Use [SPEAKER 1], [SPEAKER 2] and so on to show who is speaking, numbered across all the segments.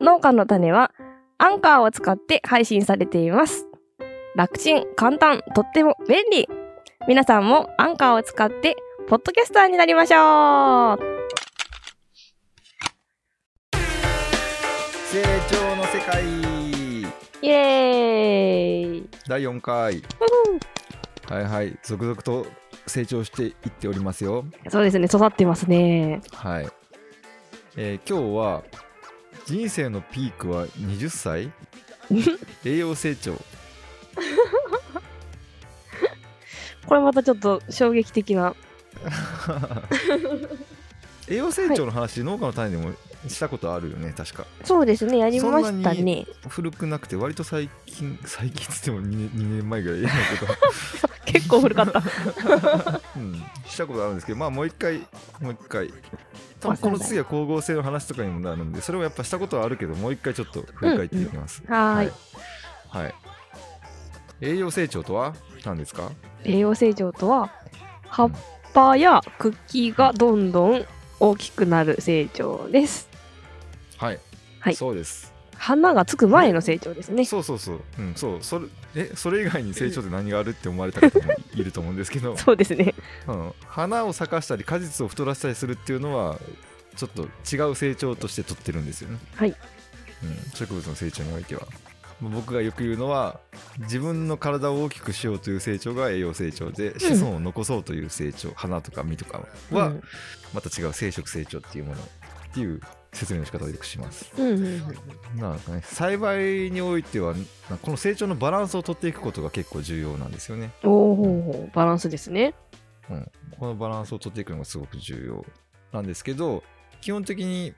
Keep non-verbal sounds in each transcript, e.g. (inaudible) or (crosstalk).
[SPEAKER 1] 農家の種は、アンカーを使って配信されています。楽ちん、簡単、とっても便利。皆さんもアンカーを使って、ポッドキャスターになりましょう
[SPEAKER 2] 成長の世界
[SPEAKER 1] イエーイ
[SPEAKER 2] 第4回はいはい続々と成長していっておりますよ
[SPEAKER 1] そうですね、育ってますね。
[SPEAKER 2] はい、えー今日は人生のピークは20歳栄養成長
[SPEAKER 1] これまたちょっと衝撃的な。
[SPEAKER 2] 栄養成長の話、農家の種でもしたことあるよね確か
[SPEAKER 1] そうですね、やりま
[SPEAKER 2] そん
[SPEAKER 1] した
[SPEAKER 2] な
[SPEAKER 1] ね
[SPEAKER 2] に。古くなくて割と最近最近っつっても 2, 2年前ぐらいだ (laughs) けど、
[SPEAKER 1] 結構古かった。
[SPEAKER 2] うん、したことあるんですけどまあもう一回もう一回多分この次は光合成の話とかにもなるんでそれもやっぱしたことはあるけどもう一回ちょっと振り返っていきます、
[SPEAKER 1] (laughs) はーい。
[SPEAKER 2] はい、はい、栄養成長とは何ですか
[SPEAKER 1] 栄養成長とは、葉っぱや茎がどんどん大きくなる成長です。
[SPEAKER 2] はい、
[SPEAKER 1] はい
[SPEAKER 2] そうです。
[SPEAKER 1] 花がつく前の成長ですね。
[SPEAKER 2] そうそうそう、うん、そう、それ、え、それ以外に成長って何があるって思われた方もいいると思うんですけど。
[SPEAKER 1] そうですね。
[SPEAKER 2] うん、花を咲かしたり、果実を太らせたりするっていうのは、ちょっと違う成長として取ってるんですよね。
[SPEAKER 1] はい。
[SPEAKER 2] うん、植物の成長においては。僕がよく言うのは自分の体を大きくしようという成長が栄養成長で子孫を残そうという成長、花とか実とかは、
[SPEAKER 1] うん
[SPEAKER 2] また違う生殖成長っていうものっていう説明の仕方をよくします。
[SPEAKER 1] うんうん
[SPEAKER 2] なんかね、栽培においてはなんかこの成長のバランスを取っていくことが結構重要なんですよね。
[SPEAKER 1] うん、おおバランスですね。
[SPEAKER 2] このバランスを取っていくのがすごく重要なんですけど基本的に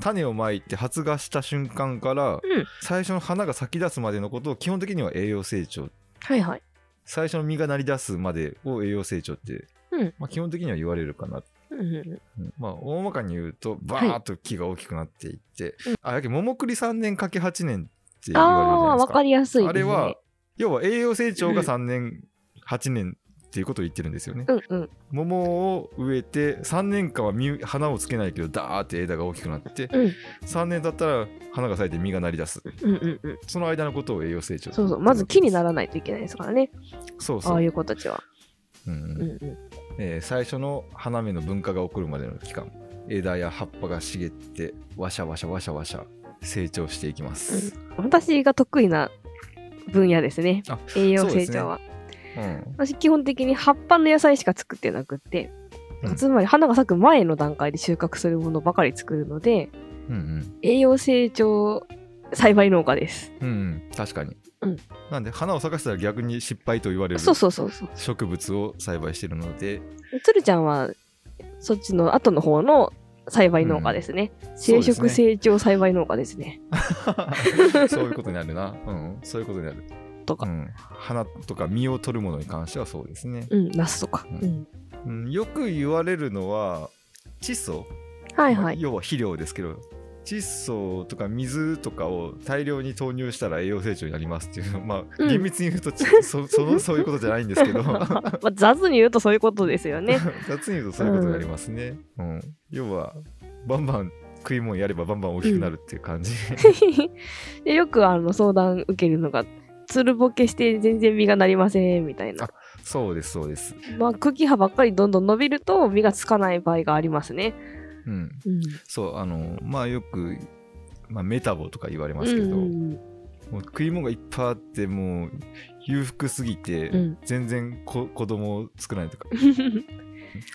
[SPEAKER 2] 種をまいて発芽した瞬間から
[SPEAKER 1] うん
[SPEAKER 2] 最初の花が咲き出すまでのことを基本的には栄養成長
[SPEAKER 1] はいはい。
[SPEAKER 2] 最初の実がなり出すまでを栄養成長って、
[SPEAKER 1] うん
[SPEAKER 2] まあ、基本的には言われるかな
[SPEAKER 1] うんうん
[SPEAKER 2] うんまあ大まかに言うとバーッと木が大きくなっていって、あやけ桃栗3年かけ8年って言われるじゃな
[SPEAKER 1] ああー、
[SPEAKER 2] いで
[SPEAKER 1] わ
[SPEAKER 2] すか
[SPEAKER 1] か。りやすいです、ね。
[SPEAKER 2] あれは、要は栄養成長
[SPEAKER 1] うん
[SPEAKER 2] が3年、8年っていうことを言ってるんですよね。
[SPEAKER 1] うんうん
[SPEAKER 2] 桃を植えて、3年間は実花をつけないけど、ダーって枝が大きくなって、
[SPEAKER 1] うん
[SPEAKER 2] 3年経ったら花が咲いて実がなり出す。
[SPEAKER 1] うんうんうん。
[SPEAKER 2] その間のことを栄養成長。
[SPEAKER 1] そうそう、まず木にならないといけないですからね。
[SPEAKER 2] そう
[SPEAKER 1] あ
[SPEAKER 2] そ
[SPEAKER 1] あ
[SPEAKER 2] う。
[SPEAKER 1] いう子たちは。
[SPEAKER 2] うんうん
[SPEAKER 1] うんうん。
[SPEAKER 2] えー最初の花芽の分化が起こるまでの期間、枝や葉っぱが茂って、わしゃわしゃわしゃわしゃ成長していきます。
[SPEAKER 1] 私が得意な分野ですね
[SPEAKER 2] あ。
[SPEAKER 1] 栄養成長は。
[SPEAKER 2] うん。
[SPEAKER 1] 私基本的に葉っぱの野菜しか作ってなくって、
[SPEAKER 2] うん
[SPEAKER 1] つまり花が咲く前の段階で収穫するものばかり作るので
[SPEAKER 2] うんうん。
[SPEAKER 1] 栄養成長栽培農家です、
[SPEAKER 2] うんうん。確かに。
[SPEAKER 1] うん
[SPEAKER 2] なんで、花を咲かせたら逆に失敗と言われる。
[SPEAKER 1] そうそうそうそう
[SPEAKER 2] 植物を栽培しているので
[SPEAKER 1] つるちゃんはそっちの後の方の栽培農家ですね、生
[SPEAKER 2] そうです
[SPEAKER 1] 殖
[SPEAKER 2] ね
[SPEAKER 1] 成長栽培農家ですね
[SPEAKER 2] (laughs) そういうことになるな、うん、そういうことになる、
[SPEAKER 1] と
[SPEAKER 2] う
[SPEAKER 1] か
[SPEAKER 2] ん、花とか実を取るものに関してはそうですね、
[SPEAKER 1] うんナスとか、
[SPEAKER 2] う
[SPEAKER 1] うん
[SPEAKER 2] うん、よく言われるのは窒素、
[SPEAKER 1] はい
[SPEAKER 2] ま
[SPEAKER 1] は
[SPEAKER 2] あ
[SPEAKER 1] い
[SPEAKER 2] 要は肥料ですけど窒素とか水とかを大量に投入したら栄養成長になりますっていうのまあ
[SPEAKER 1] うん
[SPEAKER 2] 厳密に言うとち、そ (laughs) そのそういうことじゃないんです
[SPEAKER 1] (laughs)
[SPEAKER 2] け
[SPEAKER 1] (laughs)
[SPEAKER 2] ど
[SPEAKER 1] まあ、雑に言うとそういうことですよ (laughs) ね
[SPEAKER 2] 雑に言う (laughs) とそういうことになりますね、うん要はバンバン食い物やればバンバン大きくなるっていう感じ、
[SPEAKER 1] (laughs) でよくあの相談受けるのがつるぼけして全然実がなりませんみたいな
[SPEAKER 2] そうですそうです
[SPEAKER 1] まあ、茎葉ばっかりどんどん伸びると実がつかない場合がありますね。
[SPEAKER 2] うん
[SPEAKER 1] うん、
[SPEAKER 2] そうあのまあよく、まあ、メタボとか言われま
[SPEAKER 1] う
[SPEAKER 2] すけど、
[SPEAKER 1] ん
[SPEAKER 2] もう食い物がいっぱいあってもう裕福すぎて、
[SPEAKER 1] うん
[SPEAKER 2] 全然こ子供を作らないとか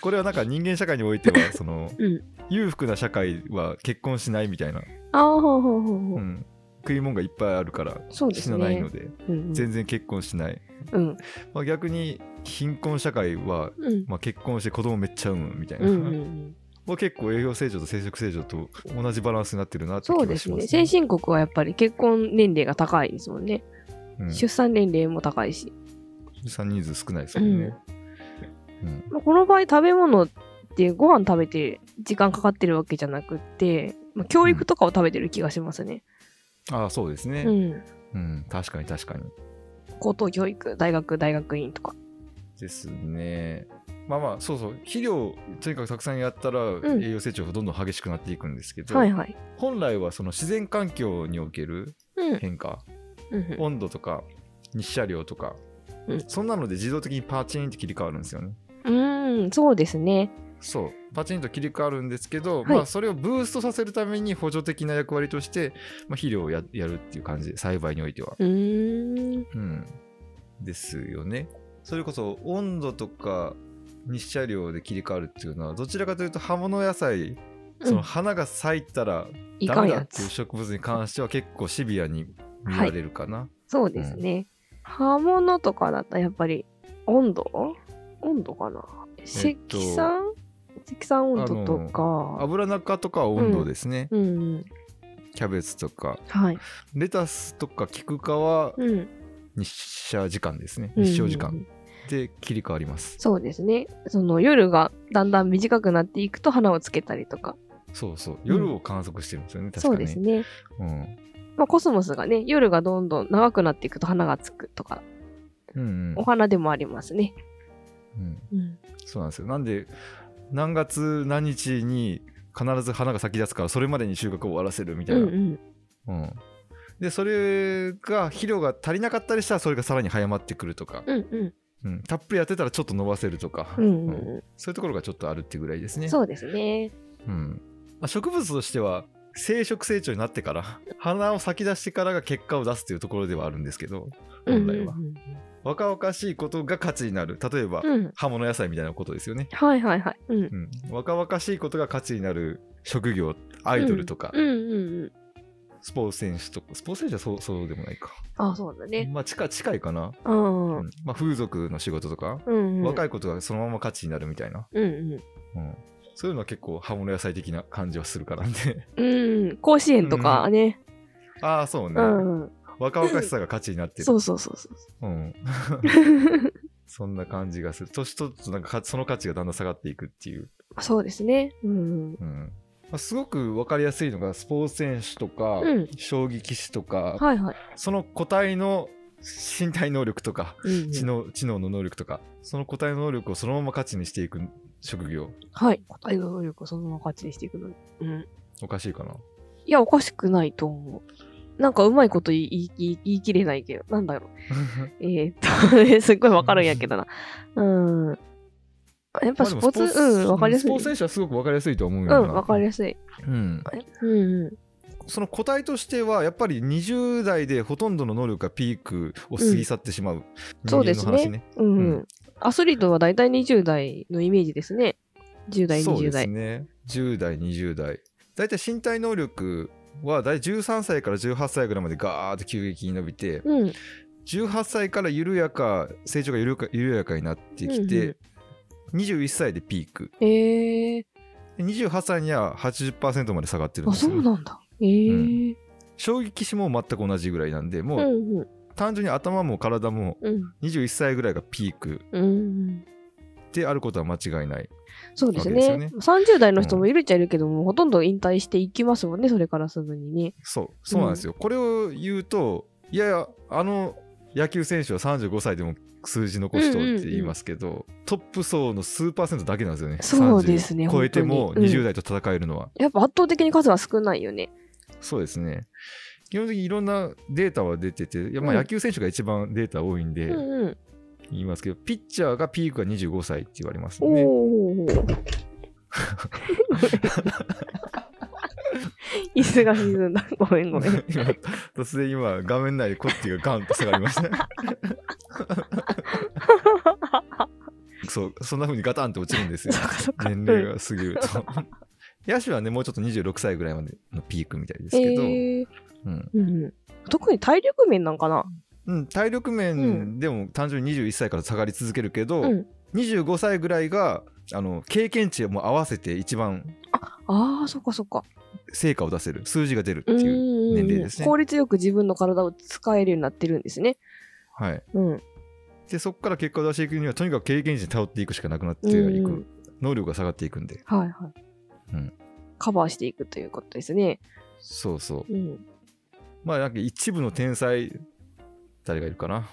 [SPEAKER 2] これはなんか人間社会においてはその、
[SPEAKER 1] (laughs) うん
[SPEAKER 2] 裕福な社会は結婚しないみたいな、
[SPEAKER 1] ああほうほうほうほう、
[SPEAKER 2] うん食い物がいっぱいあるから
[SPEAKER 1] そうです
[SPEAKER 2] 死
[SPEAKER 1] ね。
[SPEAKER 2] なないので
[SPEAKER 1] うん
[SPEAKER 2] 全然結婚しない、
[SPEAKER 1] うん
[SPEAKER 2] まあ、逆に貧困社会は、
[SPEAKER 1] うん
[SPEAKER 2] まあ、結婚して子供めっちゃ産むみたいな、
[SPEAKER 1] うんうんうん、
[SPEAKER 2] まあ結構栄養成長と生殖成長と同じバランスになってるなって気
[SPEAKER 1] そう
[SPEAKER 2] が
[SPEAKER 1] です
[SPEAKER 2] しま
[SPEAKER 1] ね。
[SPEAKER 2] す
[SPEAKER 1] 先進国はやっぱり結婚年齢が高いですもんね。
[SPEAKER 2] うん
[SPEAKER 1] 出産年齢も高いし。
[SPEAKER 2] 出産人数少ないですもんね。うん
[SPEAKER 1] まあ、この場合食べ物ってご飯食べて時間かかってるわけじゃなくって、まあ、教育とかを食べてる気がしますね。
[SPEAKER 2] ああ、そうですね、
[SPEAKER 1] う
[SPEAKER 2] うん。
[SPEAKER 1] ん、
[SPEAKER 2] 確かに確かに。
[SPEAKER 1] 高等教育、大学、大学院とか。
[SPEAKER 2] ですね。まあまあそうそう肥料をとにかくたくさんやったら
[SPEAKER 1] ん
[SPEAKER 2] 栄養成長がどんどん激しくなっていくんですけど、
[SPEAKER 1] はいはい。
[SPEAKER 2] 本来はその自然環境における
[SPEAKER 1] うん。うん
[SPEAKER 2] 変化、
[SPEAKER 1] うん
[SPEAKER 2] 温度とか日射量とか、
[SPEAKER 1] うん
[SPEAKER 2] そんなので自動的にパチンって切り替わるんですよね。
[SPEAKER 1] うーん、そうですね。
[SPEAKER 2] そうパチンと切り替わるんですけど、
[SPEAKER 1] い
[SPEAKER 2] まあ、それをブーストさせるために補助的な役割として、まあ、肥料をややるっていう感じで栽培においては。
[SPEAKER 1] うーん。
[SPEAKER 2] うん、ですよね。それこそ温度とか日射量で切り替わるっていうのはどちらかというと葉物野菜
[SPEAKER 1] う
[SPEAKER 2] その
[SPEAKER 1] ん、
[SPEAKER 2] 花が咲いたら
[SPEAKER 1] い
[SPEAKER 2] ダ
[SPEAKER 1] かん
[SPEAKER 2] メだ
[SPEAKER 1] や
[SPEAKER 2] っていう
[SPEAKER 1] つ。
[SPEAKER 2] 植物に関しては結構シビアに見られるかな。
[SPEAKER 1] そうですね。刃物とかだったらやっぱり温度温度かな
[SPEAKER 2] えっ
[SPEAKER 1] 積
[SPEAKER 2] と
[SPEAKER 1] 算積算温度とか。
[SPEAKER 2] 油中とかは温度ですね、
[SPEAKER 1] うんうん。
[SPEAKER 2] キャベツとか
[SPEAKER 1] はい。
[SPEAKER 2] レタスとかキク科は
[SPEAKER 1] うん。
[SPEAKER 2] 日射時間ですね
[SPEAKER 1] うん
[SPEAKER 2] 日照時間で切り替わります、
[SPEAKER 1] そうですね。その夜がだんだん短くなっていくと花をつけたりとか。
[SPEAKER 2] そうそう夜を観測してるんですよね、確
[SPEAKER 1] そ
[SPEAKER 2] か
[SPEAKER 1] う
[SPEAKER 2] に
[SPEAKER 1] ですね。
[SPEAKER 2] うん
[SPEAKER 1] まあ、コスモスがね、夜がどんどん長くなっていくと花がつくとか、
[SPEAKER 2] うん
[SPEAKER 1] お花でもありますね。
[SPEAKER 2] うんうん
[SPEAKER 1] うん。
[SPEAKER 2] そうなんですよなんで何月何日に必ず花が咲き出すからそれまでに収穫を終わらせるみた
[SPEAKER 1] う
[SPEAKER 2] い
[SPEAKER 1] ん
[SPEAKER 2] な、
[SPEAKER 1] うん。
[SPEAKER 2] うんでそれが肥料が足りなかったりしたらそれがさらに早まってくるとか、
[SPEAKER 1] うんうん。
[SPEAKER 2] うんたっぷりやってたらちょっと伸ばせるとか、
[SPEAKER 1] うんうん
[SPEAKER 2] うん
[SPEAKER 1] う
[SPEAKER 2] そういうところがちょっとあるっていうぐらいですね
[SPEAKER 1] ん。そうですね。
[SPEAKER 2] うんまあ、植物としては生殖成長になってから花を咲き出してからが結果を出すというところではあるんですけど
[SPEAKER 1] うん
[SPEAKER 2] 本
[SPEAKER 1] うん
[SPEAKER 2] 来は、若々しいことが価値になる例えば、
[SPEAKER 1] うん。うん。
[SPEAKER 2] 葉物野菜みたいなことですよね、
[SPEAKER 1] はいはいはい。うん。
[SPEAKER 2] うん、若々しいことが価値になる職業アイドルとか、
[SPEAKER 1] うんうんうん。
[SPEAKER 2] スポーツ選手とかスポーツ選手はそうそうでもないか、
[SPEAKER 1] あ、そうだね。
[SPEAKER 2] まあ近近いかな、
[SPEAKER 1] うん。
[SPEAKER 2] う
[SPEAKER 1] うん
[SPEAKER 2] んまあ、風俗の仕事とか、
[SPEAKER 1] うん。
[SPEAKER 2] 若
[SPEAKER 1] い。
[SPEAKER 2] いことがそのまま価値になるみたいな、
[SPEAKER 1] うんうん。
[SPEAKER 2] うん、そういうのは結構葉物野菜的な感じはするからね (laughs)
[SPEAKER 1] うん。甲子園とかね。
[SPEAKER 2] ああそうね、
[SPEAKER 1] うん。
[SPEAKER 2] 若々しさが価値になってる
[SPEAKER 1] そうそうそう (laughs)
[SPEAKER 2] (laughs)
[SPEAKER 1] そう。
[SPEAKER 2] うん、そんな感じがする年取るとなんかかその価値がだんだん下がっていくっていう、
[SPEAKER 1] そうですね。うんうん。
[SPEAKER 2] うんまあ、すごく分かりやすいのがスポーツ選手とか、
[SPEAKER 1] うん
[SPEAKER 2] 将棋棋士とか、
[SPEAKER 1] はいはい。
[SPEAKER 2] その個体の身体能力とか
[SPEAKER 1] うんうん
[SPEAKER 2] 知能知能の能力とかその個体の能力をそのまま価値にしていく職業
[SPEAKER 1] はい。答えの能力をそのまま勝ちにしていくの。うん。
[SPEAKER 2] おかしい
[SPEAKER 1] (laughs)
[SPEAKER 2] かない
[SPEAKER 1] や、おかしくないと思う。なんかうまいこと言い言い言い言い切れないけど、なんだろう。えー、っと、す (laughs) っごいわかるんやけどな。うん。やっぱスポーツ、
[SPEAKER 2] まあでも
[SPEAKER 1] うん、わかりやすい。
[SPEAKER 2] スポーツ選手はすごく分かりやすいと思うよ
[SPEAKER 1] う
[SPEAKER 2] な、
[SPEAKER 1] ん、わかりやすい。
[SPEAKER 2] うん
[SPEAKER 1] うんうん。
[SPEAKER 2] その個体としてはやっぱり20代でほとんどの能力がピークを過ぎ去ってしまう人
[SPEAKER 1] そう
[SPEAKER 2] 間
[SPEAKER 1] で
[SPEAKER 2] の
[SPEAKER 1] す
[SPEAKER 2] 話
[SPEAKER 1] ね
[SPEAKER 2] ね。
[SPEAKER 1] うん、うん
[SPEAKER 2] う
[SPEAKER 1] アスリートは大体20代のイメージですね。10代、
[SPEAKER 2] そう
[SPEAKER 1] 20
[SPEAKER 2] です
[SPEAKER 1] 代。
[SPEAKER 2] ね10代20代だいたい身体能力は大体13歳から18歳ぐらいまでガーッと急激に伸びて
[SPEAKER 1] うん。
[SPEAKER 2] 18歳から緩やか成長が緩やか緩やかになってきて、21歳でピーク
[SPEAKER 1] えー。
[SPEAKER 2] 28歳には80%まで下がってるん
[SPEAKER 1] あ、
[SPEAKER 2] です
[SPEAKER 1] そ
[SPEAKER 2] よ
[SPEAKER 1] うなんだ。えー。
[SPEAKER 2] 衝撃士も全く同じぐらいなんで
[SPEAKER 1] う
[SPEAKER 2] も
[SPEAKER 1] ん
[SPEAKER 2] う
[SPEAKER 1] うん。
[SPEAKER 2] 単純に頭も体も
[SPEAKER 1] うん。
[SPEAKER 2] 21歳ぐらいがピーク
[SPEAKER 1] うんうん。
[SPEAKER 2] であることは間違いない
[SPEAKER 1] そうです
[SPEAKER 2] わけ
[SPEAKER 1] ね。
[SPEAKER 2] で
[SPEAKER 1] 30代の人もいるっちゃいるけども、ほとんど引退していきますもんね、それからすぐにね。
[SPEAKER 2] そうそうなんですよ、これを言うといやいやあの野球選手は35歳でも数字残しとって言いますけど、トップ層の数パーセントだけなんですよね
[SPEAKER 1] そうですね
[SPEAKER 2] 30超えても
[SPEAKER 1] 本当にうん
[SPEAKER 2] 20代と戦えるのは、
[SPEAKER 1] やっぱ圧倒的に数は少ないよね。
[SPEAKER 2] そうですね基本的にいろんなデータは出てていやまあ
[SPEAKER 1] うん
[SPEAKER 2] 野球選手が一番データ多いん
[SPEAKER 1] う
[SPEAKER 2] で
[SPEAKER 1] んうん。
[SPEAKER 2] 言いますけど、ピッチャーがピークが25歳って言われます
[SPEAKER 1] おー
[SPEAKER 2] ね
[SPEAKER 1] おーおー。 (laughs) 椅子が沈
[SPEAKER 2] (laughs)
[SPEAKER 1] んだ。ごめんごめん。
[SPEAKER 2] 今突然今画面内でコッティがガンと下がりました
[SPEAKER 1] (laughs)
[SPEAKER 2] そうそんな風にガタンって落ちるんですよ
[SPEAKER 1] そっかそっか。
[SPEAKER 2] 年齢が過ぎると (laughs) 野手はねもうちょっと26歳ぐらいまでのピークみたいです
[SPEAKER 1] え
[SPEAKER 2] けど、
[SPEAKER 1] ー
[SPEAKER 2] うん
[SPEAKER 1] うんうん、特に体力面なんかな。
[SPEAKER 2] うん体力面でも単純に21歳から下がり続けるけど、
[SPEAKER 1] うん。
[SPEAKER 2] 25歳ぐらいがあの経験値も合わせて一番
[SPEAKER 1] ああ、そっかそっか。
[SPEAKER 2] 成果を出せる数字が出るって
[SPEAKER 1] うんう
[SPEAKER 2] いう、
[SPEAKER 1] んうん
[SPEAKER 2] 年齢ですね
[SPEAKER 1] 効率よく自分の体を使えるようになってるんですね。
[SPEAKER 2] はい、
[SPEAKER 1] うん。
[SPEAKER 2] でそこから結果を出していくにはとにかく経験値に頼っていくしかなくなっていく、
[SPEAKER 1] うんうん
[SPEAKER 2] 能力が下がっていくんで
[SPEAKER 1] はいはい。
[SPEAKER 2] うん
[SPEAKER 1] カバーしていくということですね。
[SPEAKER 2] そうそう
[SPEAKER 1] うん。
[SPEAKER 2] まあなんか一部の天才誰がいるかな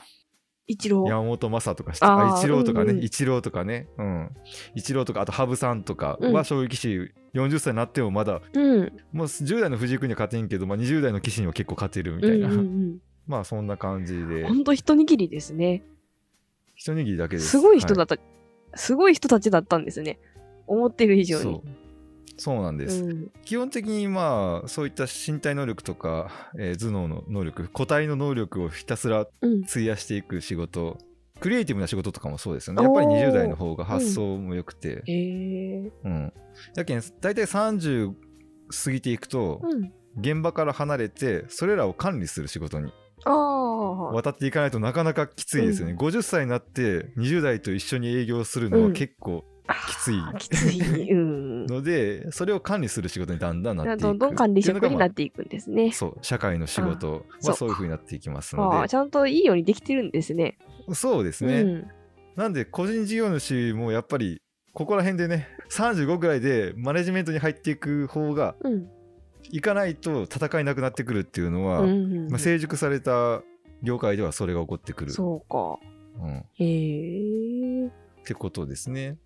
[SPEAKER 1] 一郎。
[SPEAKER 2] 山本昌とかして、
[SPEAKER 1] あー
[SPEAKER 2] あ一郎とか
[SPEAKER 1] う
[SPEAKER 2] ね、
[SPEAKER 1] んうん
[SPEAKER 2] 一郎とかね、うん、一郎とか、あと羽生さんとか
[SPEAKER 1] う
[SPEAKER 2] は
[SPEAKER 1] ん
[SPEAKER 2] 将棋棋士40歳になってもまだ、
[SPEAKER 1] うん。
[SPEAKER 2] もう10代の藤井君には勝てんけど、まあ、20代の棋士には結構勝てるみ
[SPEAKER 1] う
[SPEAKER 2] たい
[SPEAKER 1] ん
[SPEAKER 2] な、
[SPEAKER 1] うん
[SPEAKER 2] (laughs) まあそんな感じ
[SPEAKER 1] う
[SPEAKER 2] で
[SPEAKER 1] ん。ほ、んと一握りですね。
[SPEAKER 2] 一握りだけです。
[SPEAKER 1] すごい人だ
[SPEAKER 2] っ
[SPEAKER 1] った、すごい人たちだったんですね。思ってる以
[SPEAKER 2] 以
[SPEAKER 1] 上
[SPEAKER 2] そ
[SPEAKER 1] に
[SPEAKER 2] う。そうなんです、
[SPEAKER 1] うん
[SPEAKER 2] 基本的にまあそういった身体能力とか、えー頭脳の能力個体の能力をひたすら
[SPEAKER 1] うん。
[SPEAKER 2] 費やしていく仕事クリエイティブな仕事とかもそうですよねやっぱり20代の方が発想も良くて、
[SPEAKER 1] へえ。
[SPEAKER 2] うん、だけど大体30過ぎていくと、
[SPEAKER 1] うん。
[SPEAKER 2] 現場から離れてそれらを管理する仕事に
[SPEAKER 1] ああ。
[SPEAKER 2] 渡っていかないとなかなかきついですよね、50歳になって20代と一緒に営業するの
[SPEAKER 1] う
[SPEAKER 2] は
[SPEAKER 1] ん
[SPEAKER 2] 結構きつい
[SPEAKER 1] きつい。
[SPEAKER 2] (laughs)
[SPEAKER 1] うん。
[SPEAKER 2] ので、それを管理する仕事にだんだんなっていく
[SPEAKER 1] どんどん管理
[SPEAKER 2] っ
[SPEAKER 1] 職
[SPEAKER 2] ていう
[SPEAKER 1] に
[SPEAKER 2] の
[SPEAKER 1] な
[SPEAKER 2] が
[SPEAKER 1] っ
[SPEAKER 2] ま
[SPEAKER 1] ていくんです
[SPEAKER 2] あ
[SPEAKER 1] ね。
[SPEAKER 2] そう社会の仕事
[SPEAKER 1] そう
[SPEAKER 2] は
[SPEAKER 1] か
[SPEAKER 2] そういう風になっていきます
[SPEAKER 1] あ
[SPEAKER 2] の
[SPEAKER 1] あ、ちゃんといいようにできてるんですね。
[SPEAKER 2] でそうですね、
[SPEAKER 1] うん。
[SPEAKER 2] なんで個人事業主もやっぱりここら辺でね35ぐらいでマネジメントに入っていく方が
[SPEAKER 1] うん。
[SPEAKER 2] 行かないと戦えなくなってくるっていうのは、
[SPEAKER 1] うん
[SPEAKER 2] まあ、成熟された業界ではそれが起こってくる、
[SPEAKER 1] そうか。
[SPEAKER 2] うん、っ
[SPEAKER 1] へえ。
[SPEAKER 2] てことですね。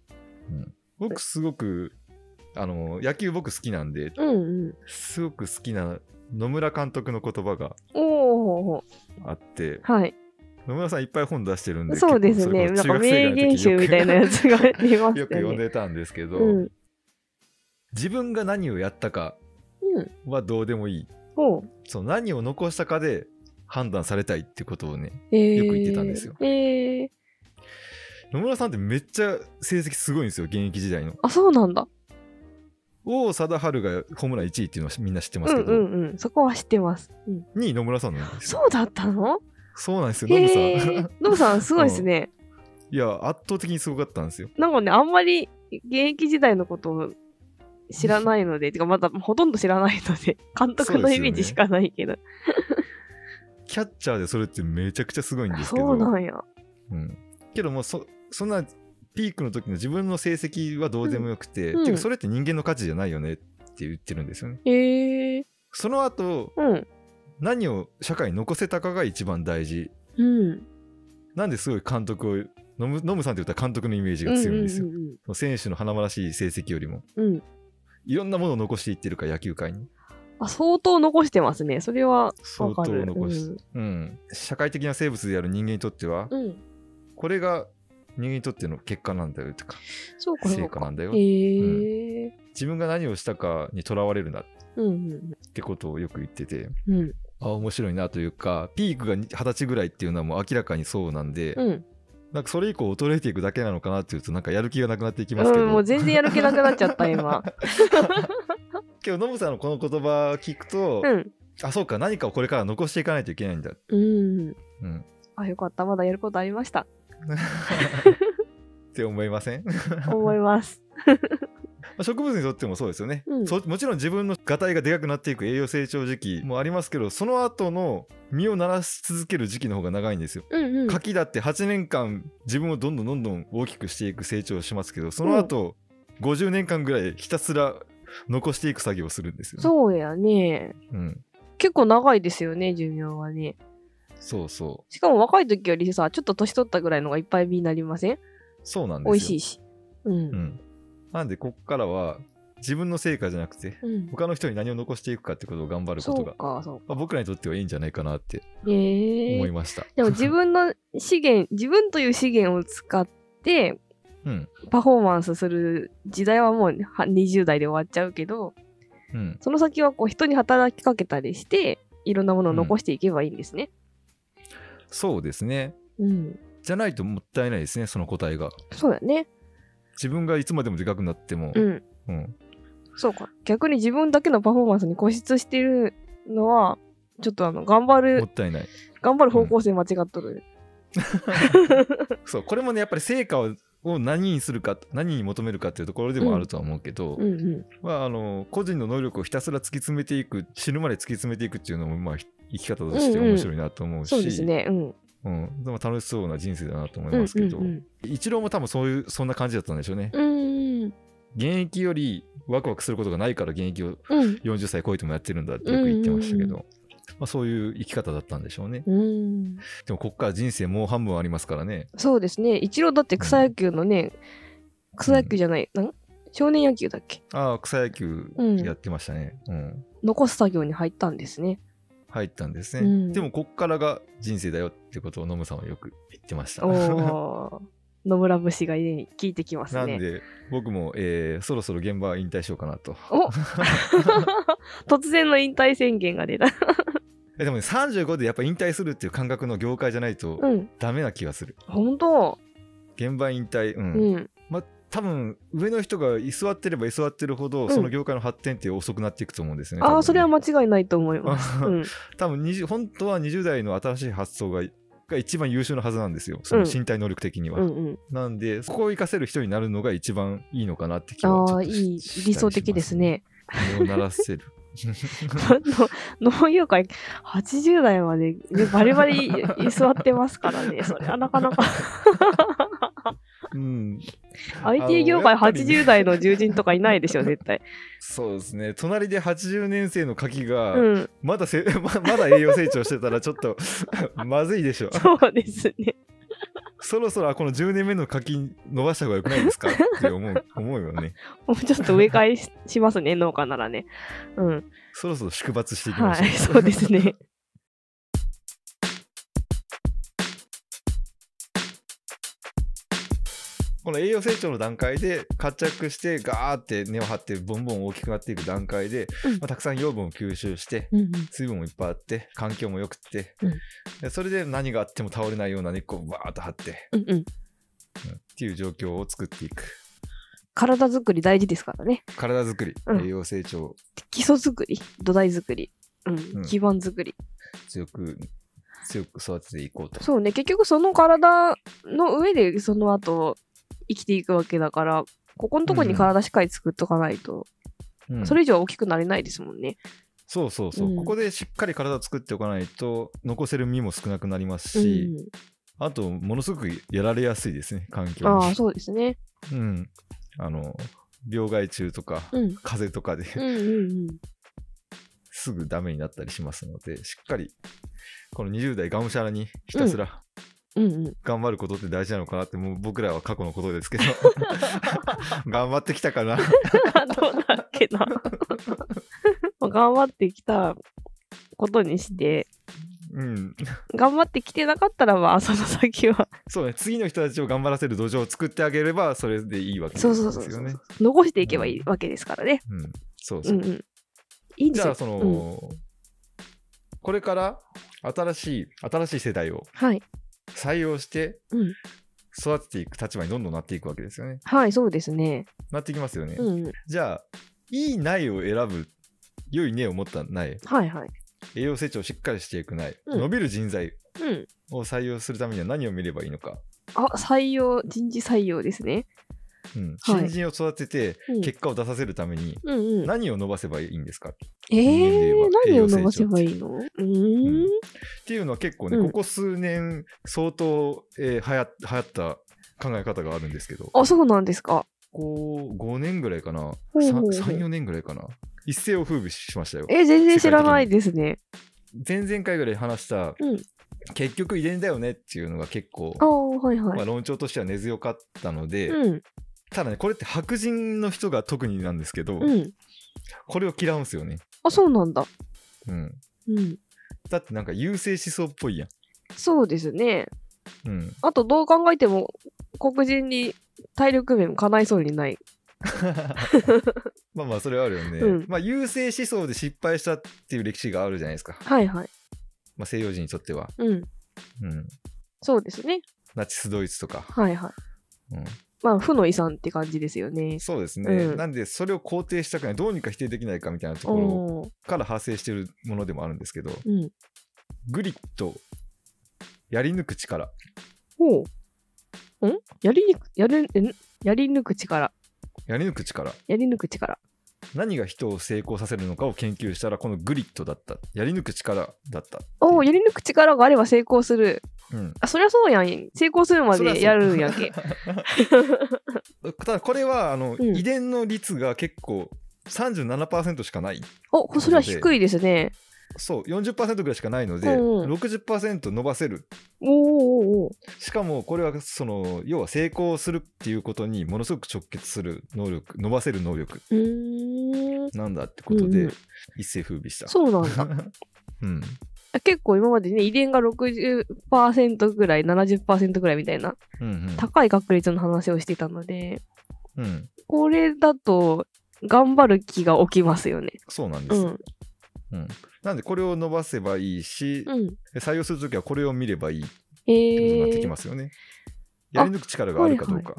[SPEAKER 2] うん、僕すごくあの野球僕好きなんで
[SPEAKER 1] うんうん。
[SPEAKER 2] すごく好きな野村監督の言葉が
[SPEAKER 1] おお。
[SPEAKER 2] あって
[SPEAKER 1] はい。
[SPEAKER 2] 野村さんいっぱい本出してるんで
[SPEAKER 1] そうですね。なん
[SPEAKER 2] 結
[SPEAKER 1] か
[SPEAKER 2] 構それ
[SPEAKER 1] 名
[SPEAKER 2] こそ中学生ぐらいの時
[SPEAKER 1] 言集みたいなやつ
[SPEAKER 2] (laughs)
[SPEAKER 1] が出ます
[SPEAKER 2] よ
[SPEAKER 1] よ
[SPEAKER 2] くよく読ん
[SPEAKER 1] ね。
[SPEAKER 2] でたんですけど、
[SPEAKER 1] うん。
[SPEAKER 2] 自分が何をやったか
[SPEAKER 1] うん。
[SPEAKER 2] はどうでもいい
[SPEAKER 1] ほう。
[SPEAKER 2] そう何を残したかで判断されたいってことをね
[SPEAKER 1] ええ。
[SPEAKER 2] よく言ってたんですよ
[SPEAKER 1] ええ。
[SPEAKER 2] 野村さんってめっちゃ成績すごいんですよ現役時代の
[SPEAKER 1] あ、そうなんだ。
[SPEAKER 2] 王貞治がホームラン1位っていうのはみんな知ってま
[SPEAKER 1] う
[SPEAKER 2] す
[SPEAKER 1] ん
[SPEAKER 2] け
[SPEAKER 1] う
[SPEAKER 2] ど、
[SPEAKER 1] んうん。そこは知ってます。うん。
[SPEAKER 2] に野村さんなんですよ
[SPEAKER 1] そうだったの
[SPEAKER 2] そうなんですよノブさん
[SPEAKER 1] へえ。ノブさん、すごいですね。
[SPEAKER 2] (laughs) いや圧倒的にすごかったんですよ
[SPEAKER 1] なんかね、あんまり現役時代のことを知らないので、てかまだほとんど知らないの
[SPEAKER 2] (laughs)
[SPEAKER 1] で、監督のイメージしかないけど。
[SPEAKER 2] キャッチャーでそれってめちゃくちゃすごいんですけ
[SPEAKER 1] そ
[SPEAKER 2] ど
[SPEAKER 1] うなんや。
[SPEAKER 2] うんけどもうそそんなピークの時の自分の成績はどうでもよくて、
[SPEAKER 1] うんうん
[SPEAKER 2] てかそれって人間の価値じゃないよねって言ってるんですよね
[SPEAKER 1] へえ。
[SPEAKER 2] その後
[SPEAKER 1] うん。
[SPEAKER 2] 何を社会に残せたかが一番大事
[SPEAKER 1] うん。
[SPEAKER 2] なんですごい監督をノムノムさんって言ったら監督のイメージ
[SPEAKER 1] う
[SPEAKER 2] が
[SPEAKER 1] ん
[SPEAKER 2] 強いんですよ、
[SPEAKER 1] うん
[SPEAKER 2] その選手の華々しい成績よりも
[SPEAKER 1] うんうん。
[SPEAKER 2] いろんなものを残していってるから野球界に
[SPEAKER 1] あ、相当残してますね。それはわ
[SPEAKER 2] 相
[SPEAKER 1] か
[SPEAKER 2] 当
[SPEAKER 1] る。
[SPEAKER 2] 残して、うん社会的な生物である人間にとっては、
[SPEAKER 1] うん。うん。
[SPEAKER 2] これが人間にとっての結果なんだよとか
[SPEAKER 1] そうかそ
[SPEAKER 2] 成
[SPEAKER 1] うか。
[SPEAKER 2] 果なんだよ、
[SPEAKER 1] へえ。
[SPEAKER 2] 自分が何をしたかにとらわれるなっ
[SPEAKER 1] うん
[SPEAKER 2] てことをよく言ってて
[SPEAKER 1] うんうん。
[SPEAKER 2] あ面白いなというかピークが二十歳ぐらいっていうのはもう明らかにそうなんで、
[SPEAKER 1] うん。
[SPEAKER 2] なんかそれ以降衰えていくだけなのかなっていうとなんかやる気がなくなっていきますけ
[SPEAKER 1] う
[SPEAKER 2] ど、
[SPEAKER 1] ん。もう全然やる気なくなっちゃった、今。
[SPEAKER 2] 今日ノブさんのこの言葉聞くと、
[SPEAKER 1] うん。
[SPEAKER 2] あ (laughs) そうか何かをこれから残していかないといけないんだ、
[SPEAKER 1] うん。
[SPEAKER 2] うん、
[SPEAKER 1] あ、よかった。まだやることありま
[SPEAKER 2] (laughs)
[SPEAKER 1] した。
[SPEAKER 2] って思いません (laughs) ま
[SPEAKER 1] 思います。
[SPEAKER 2] あ植物にとってもそうですよね、
[SPEAKER 1] うん
[SPEAKER 2] そもちろん自分のがたいがでかくなっていく栄養成長時期もありますけどその後の実をならし続ける時期の方が長いんですよ
[SPEAKER 1] うんうん。
[SPEAKER 2] 柿だって8年間自分をどんどんどんどん大きくしていく成長をしますけどその後、50年間ぐらいひたすら残していく作業をするんですよね、
[SPEAKER 1] そうやね。
[SPEAKER 2] うん、
[SPEAKER 1] 結構長いですよね、寿命はね。
[SPEAKER 2] そうそ
[SPEAKER 1] しかも若い時よりさ、ちょっと年取ったぐらいのがいっぱい身になりません
[SPEAKER 2] うそうなんで
[SPEAKER 1] 美
[SPEAKER 2] すよ
[SPEAKER 1] 味しいし。う。
[SPEAKER 2] うんん、なんでここからは自分の成果じゃなくて
[SPEAKER 1] うん。
[SPEAKER 2] 他の人に何を残していくかってことを頑張るこ
[SPEAKER 1] そ
[SPEAKER 2] と
[SPEAKER 1] う
[SPEAKER 2] が、
[SPEAKER 1] か、そうか。
[SPEAKER 2] まあ、僕らにとってはいいんじゃないかなって
[SPEAKER 1] ええ
[SPEAKER 2] 思いました、
[SPEAKER 1] でも自分の資源、自分という資源を使って
[SPEAKER 2] うん
[SPEAKER 1] パフォーマンスする時代はもうは20代で終わっちゃうけど、
[SPEAKER 2] うん、
[SPEAKER 1] その先はこう人に働きかけたりして、いろんなものを残していけばいいんですね。
[SPEAKER 2] そうですね
[SPEAKER 1] うん。
[SPEAKER 2] じゃないともったいないですねその答えが
[SPEAKER 1] そうだね。
[SPEAKER 2] 自分がいつまでもでかくなっても、
[SPEAKER 1] うん。
[SPEAKER 2] うん
[SPEAKER 1] そうか。逆に自分だけのパフォーマンスに固執してるのは、ちょっとあの、頑張
[SPEAKER 2] も
[SPEAKER 1] る
[SPEAKER 2] っ、たいない
[SPEAKER 1] 頑張る方向性間違っとる。
[SPEAKER 2] そうこれもねやっぱり成果をを何にするか何に求めるかっていうところでもあるとは思うけど、
[SPEAKER 1] うんうん。
[SPEAKER 2] まあ、あの個人の能力をひたすら突き詰めていく死ぬまで突き詰めていくっていうのも、まあ、ひ生き方として面白いなと思うし、
[SPEAKER 1] そうですね。うん。
[SPEAKER 2] うん、でも楽しそうな人生だなと思
[SPEAKER 1] う
[SPEAKER 2] い
[SPEAKER 1] んう
[SPEAKER 2] ますけど、
[SPEAKER 1] ん
[SPEAKER 2] 一郎も多分そういうそんな感じだったんでしょうね、
[SPEAKER 1] うん。うん。
[SPEAKER 2] 現役よりワクワクすることがないから現役を
[SPEAKER 1] うん。
[SPEAKER 2] 40歳超えてもやってるんだってよく言ってましたけど、まあ、そういう生き方だったんでしょうね。
[SPEAKER 1] うん。
[SPEAKER 2] でもこっから人生もう半分ありますからね。
[SPEAKER 1] そうですね。一郎だって草野球のね、草野球じゃない、なん少年野球だっけ
[SPEAKER 2] ああ、草野球
[SPEAKER 1] うん
[SPEAKER 2] やってましたね。うん。
[SPEAKER 1] 残す作業に入ったんですね。
[SPEAKER 2] 入ったんです
[SPEAKER 1] う
[SPEAKER 2] ね。
[SPEAKER 1] ん
[SPEAKER 2] でもこっからが人生だよってことをノムさんはよく言ってました。
[SPEAKER 1] お
[SPEAKER 2] (laughs)
[SPEAKER 1] ー。野村節が家に聞いてきますね。
[SPEAKER 2] なんで僕も、えーそろそろ現場引退しようかなと。
[SPEAKER 1] お突然の引退宣言が出た。
[SPEAKER 2] えでもね35でやっぱ引退するっていう感覚の業界じゃないと
[SPEAKER 1] うん。
[SPEAKER 2] ダメな気がする。
[SPEAKER 1] 本当。
[SPEAKER 2] 現場引退、うん。
[SPEAKER 1] うん。
[SPEAKER 2] まあ多分上の人が居座ってれば居座ってるほど、
[SPEAKER 1] ん
[SPEAKER 2] その業界の発展って遅くなっていくと思うんですよね。多分
[SPEAKER 1] あ
[SPEAKER 2] ね
[SPEAKER 1] あ、それは間違いないと思います。
[SPEAKER 2] (laughs) あ
[SPEAKER 1] うん。
[SPEAKER 2] 多分20本当は20代の新しい発想がが一番優秀なはずなんですよその身体能力的には、
[SPEAKER 1] うんうん。
[SPEAKER 2] (laughs) なんでそこを生かせる人になるのが一番いいのかなって気はち
[SPEAKER 1] あ
[SPEAKER 2] ょ
[SPEAKER 1] あ、
[SPEAKER 2] っ
[SPEAKER 1] い
[SPEAKER 2] と
[SPEAKER 1] い、
[SPEAKER 2] し
[SPEAKER 1] 理想的ですね。
[SPEAKER 2] 目を鳴らせる
[SPEAKER 1] (laughs) の農業界、80代まで、ね、バリバリ居 (laughs) 座ってますからね。それはなかなか。
[SPEAKER 2] うん (laughs) あの
[SPEAKER 1] IT 業界
[SPEAKER 2] やっぱりね
[SPEAKER 1] 80代の獣人とかいないでしょ、絶
[SPEAKER 2] (laughs)
[SPEAKER 1] 対。
[SPEAKER 2] そうですね隣で80年生の柿が、
[SPEAKER 1] うん。
[SPEAKER 2] まだせ (laughs) ままだ栄養成長してたらちょっと (laughs) まずいでしょ
[SPEAKER 1] そうですね。
[SPEAKER 2] そろそろこの10年目の柿伸ばした方がよくないですかって思う思うよね
[SPEAKER 1] もうちょっと植え替えししますね、農家ならね。うん。
[SPEAKER 2] そろそろ祝伐していきましょ
[SPEAKER 1] は
[SPEAKER 2] う、
[SPEAKER 1] い、そうです
[SPEAKER 2] (laughs)
[SPEAKER 1] ね。
[SPEAKER 2] この栄養成長の段階で活着してガーって根を張ってボンボン大きくなっていく段階で、
[SPEAKER 1] うん
[SPEAKER 2] まあ、たくさん養分を吸収して
[SPEAKER 1] うんうん
[SPEAKER 2] 水分もいっぱいあって環境も良くって、
[SPEAKER 1] うん
[SPEAKER 2] でそれで何があっても倒れないような根っこをバーッと張って、
[SPEAKER 1] うんうん。
[SPEAKER 2] うんっていう状況を作っていく
[SPEAKER 1] 体づくり大事ですからね。
[SPEAKER 2] 体づくり、
[SPEAKER 1] うん
[SPEAKER 2] 栄養成長を
[SPEAKER 1] 基礎づくり、土台づくり、うん
[SPEAKER 2] うん
[SPEAKER 1] 基盤づくり。
[SPEAKER 2] 強く強く育てていこうと
[SPEAKER 1] そうね、結局その体の上でその後生きていくわけだから、ここのとこに体しっかり作っとかないと、
[SPEAKER 2] うん
[SPEAKER 1] それ以上は大きくなれないですもんね。
[SPEAKER 2] そうそうそう、
[SPEAKER 1] うん
[SPEAKER 2] ここでしっかり体を作っておかないと残せる身も少なくなります
[SPEAKER 1] う
[SPEAKER 2] し、
[SPEAKER 1] ん、
[SPEAKER 2] あとものすごくやられやすいですね環境に
[SPEAKER 1] ああ、そうですね。
[SPEAKER 2] うん、あの病害虫とか、 (laughs)
[SPEAKER 1] うん。
[SPEAKER 2] 風邪とかで
[SPEAKER 1] うんうんうん。
[SPEAKER 2] すぐダメになったりしますのでしっかりこの20代がむしゃらにひたすら
[SPEAKER 1] うんうん、
[SPEAKER 2] 頑張ることって大事なのかなって、もう僕らは過去のこと
[SPEAKER 1] (laughs)
[SPEAKER 2] ですけど頑張ってきたかな
[SPEAKER 1] どうだっけ (laughs) なまあ頑張ってきたことにして
[SPEAKER 2] うん
[SPEAKER 1] 頑張ってきてなかったらまあその先は
[SPEAKER 2] そうね次の人たちを頑張らせる土壌を作ってあげればそれでいいわけです
[SPEAKER 1] そ
[SPEAKER 2] よ
[SPEAKER 1] う
[SPEAKER 2] ね
[SPEAKER 1] そうそうそう (laughs) 残していけばいいわけですからね。
[SPEAKER 2] うんそう
[SPEAKER 1] う
[SPEAKER 2] そうん
[SPEAKER 1] うん、いいんで
[SPEAKER 2] じ
[SPEAKER 1] す
[SPEAKER 2] ゃあ
[SPEAKER 1] よ。
[SPEAKER 2] その、
[SPEAKER 1] うん
[SPEAKER 2] これから新しい新しい世代を
[SPEAKER 1] はい、
[SPEAKER 2] 採用して
[SPEAKER 1] うん
[SPEAKER 2] 育てていく立場にどんどんなっていくわけですよね
[SPEAKER 1] はい、そうですね。
[SPEAKER 2] なってきますよね、
[SPEAKER 1] うんうん、
[SPEAKER 2] じゃあいい苗を選ぶ良い根を持った苗
[SPEAKER 1] はいはい。
[SPEAKER 2] 栄養成長をしっかりしていく苗、
[SPEAKER 1] うん
[SPEAKER 2] 伸びる人材
[SPEAKER 1] うん、
[SPEAKER 2] を採用するためには何を見ればいいのか、
[SPEAKER 1] あ採用人事採用ですね。
[SPEAKER 2] うん
[SPEAKER 1] はい
[SPEAKER 2] 新人を育てて
[SPEAKER 1] うん
[SPEAKER 2] 結果を出させるために
[SPEAKER 1] うんうん、
[SPEAKER 2] 何を伸ばせばいいんですかっ
[SPEAKER 1] え
[SPEAKER 2] 年齢
[SPEAKER 1] ー
[SPEAKER 2] は、
[SPEAKER 1] 何を伸ばせばいいのうーん
[SPEAKER 2] ていうのは結構ね、
[SPEAKER 1] うん
[SPEAKER 2] ここ数年相当、えー、はや流行った考え方があるんですけど
[SPEAKER 1] あそうなんですか。
[SPEAKER 2] こう5年ぐらいかな
[SPEAKER 1] ほうほうほう
[SPEAKER 2] 34年ぐらいかな一世を風靡しましたよ
[SPEAKER 1] え全然知らないですね。
[SPEAKER 2] 前々回ぐらい話した、
[SPEAKER 1] うん
[SPEAKER 2] 結局遺伝だよねっていうのが結構
[SPEAKER 1] ああはいは
[SPEAKER 2] まあ、
[SPEAKER 1] い。
[SPEAKER 2] 論調としては根強かったので、
[SPEAKER 1] うん
[SPEAKER 2] ただねこれって白人の人が特になんですけ
[SPEAKER 1] う
[SPEAKER 2] ど、
[SPEAKER 1] ん。
[SPEAKER 2] これを嫌うんですよね、
[SPEAKER 1] あそうなんだ。
[SPEAKER 2] うん、
[SPEAKER 1] うん。
[SPEAKER 2] だってなんか優勢思想っぽいや
[SPEAKER 1] そうですね。
[SPEAKER 2] ん、うん、
[SPEAKER 1] あとどう考えても黒人に体力面叶いそうにない。
[SPEAKER 2] まあまあそれはあるよね、
[SPEAKER 1] うん
[SPEAKER 2] まあ優勢思想で失敗したっていう歴史があるじゃないですか、
[SPEAKER 1] はいはい。
[SPEAKER 2] まあ、西洋人にとっては、
[SPEAKER 1] うん。
[SPEAKER 2] うん、
[SPEAKER 1] そうですね。
[SPEAKER 2] ナチスドイツとか、
[SPEAKER 1] はいはい。
[SPEAKER 2] うん、
[SPEAKER 1] まあ負の遺産って感じですよね。
[SPEAKER 2] そうですね、
[SPEAKER 1] うん
[SPEAKER 2] なんでそれを肯定したくないどうにか否定できないかみたいなところ
[SPEAKER 1] おー
[SPEAKER 2] から派生してるものでもあるんですけど
[SPEAKER 1] うん。
[SPEAKER 2] グリッドやり抜く力
[SPEAKER 1] ほう。んやりにく、やる、んやり抜く力。
[SPEAKER 2] やり抜く力
[SPEAKER 1] やり抜く力。
[SPEAKER 2] 何が人を成功させるのかを研究したらこのグリッドだったやり抜く力だった、
[SPEAKER 1] おお、やり抜く力があれば成功する。
[SPEAKER 2] うん、
[SPEAKER 1] あ、そりゃそうやん。成功するま
[SPEAKER 2] そりゃそ
[SPEAKER 1] で
[SPEAKER 2] う
[SPEAKER 1] やるんやけ。
[SPEAKER 2] ただこれはあの、
[SPEAKER 1] うん
[SPEAKER 2] 遺伝の率が結構37%しかない
[SPEAKER 1] (laughs) お、それは低いですね。
[SPEAKER 2] そう40%ぐらいしかないので、
[SPEAKER 1] うんうん
[SPEAKER 2] 60%伸ばせる
[SPEAKER 1] おおーおー
[SPEAKER 2] しかもこれはその要は成功するっていうことにものすごく直結する能力伸ばせる能力
[SPEAKER 1] おーうーん
[SPEAKER 2] なんだってことで、
[SPEAKER 1] うんうん
[SPEAKER 2] 一世風靡した
[SPEAKER 1] そうなん (laughs) だ
[SPEAKER 2] うん
[SPEAKER 1] 結構今までね遺伝が60%ぐらい70%ぐらいみたいな
[SPEAKER 2] うん
[SPEAKER 1] 高い確率の話をしてたので
[SPEAKER 2] うんうん
[SPEAKER 1] これだと頑張る気が起きますよね
[SPEAKER 2] そうなんで
[SPEAKER 1] う
[SPEAKER 2] す、
[SPEAKER 1] ん
[SPEAKER 2] うんなんでこれを伸ばせばいいし、
[SPEAKER 1] うん
[SPEAKER 2] 採用するときはこれを見ればいいって
[SPEAKER 1] え
[SPEAKER 2] ことになってき
[SPEAKER 1] ー、
[SPEAKER 2] ますよね、やり抜く力があるかどうか、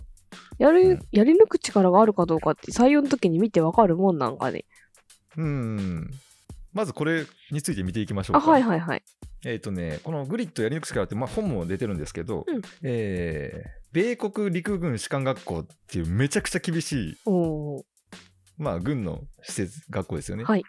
[SPEAKER 1] や
[SPEAKER 2] う
[SPEAKER 1] る
[SPEAKER 2] ん
[SPEAKER 1] やり抜く力があるかどうかって採用の時に見てわかるもんなんかね
[SPEAKER 2] うんまずこれについて見ていきましょう
[SPEAKER 1] あ
[SPEAKER 2] か
[SPEAKER 1] はいはいはい
[SPEAKER 2] えっ、とね、このグリッドやり抜く力って、まあ、本も出てるんですけど、
[SPEAKER 1] うん
[SPEAKER 2] えー米国陸軍士官学校っていうめちゃくちゃ厳しい、
[SPEAKER 1] おお
[SPEAKER 2] まあ、軍の施設、学校ですよね。
[SPEAKER 1] はい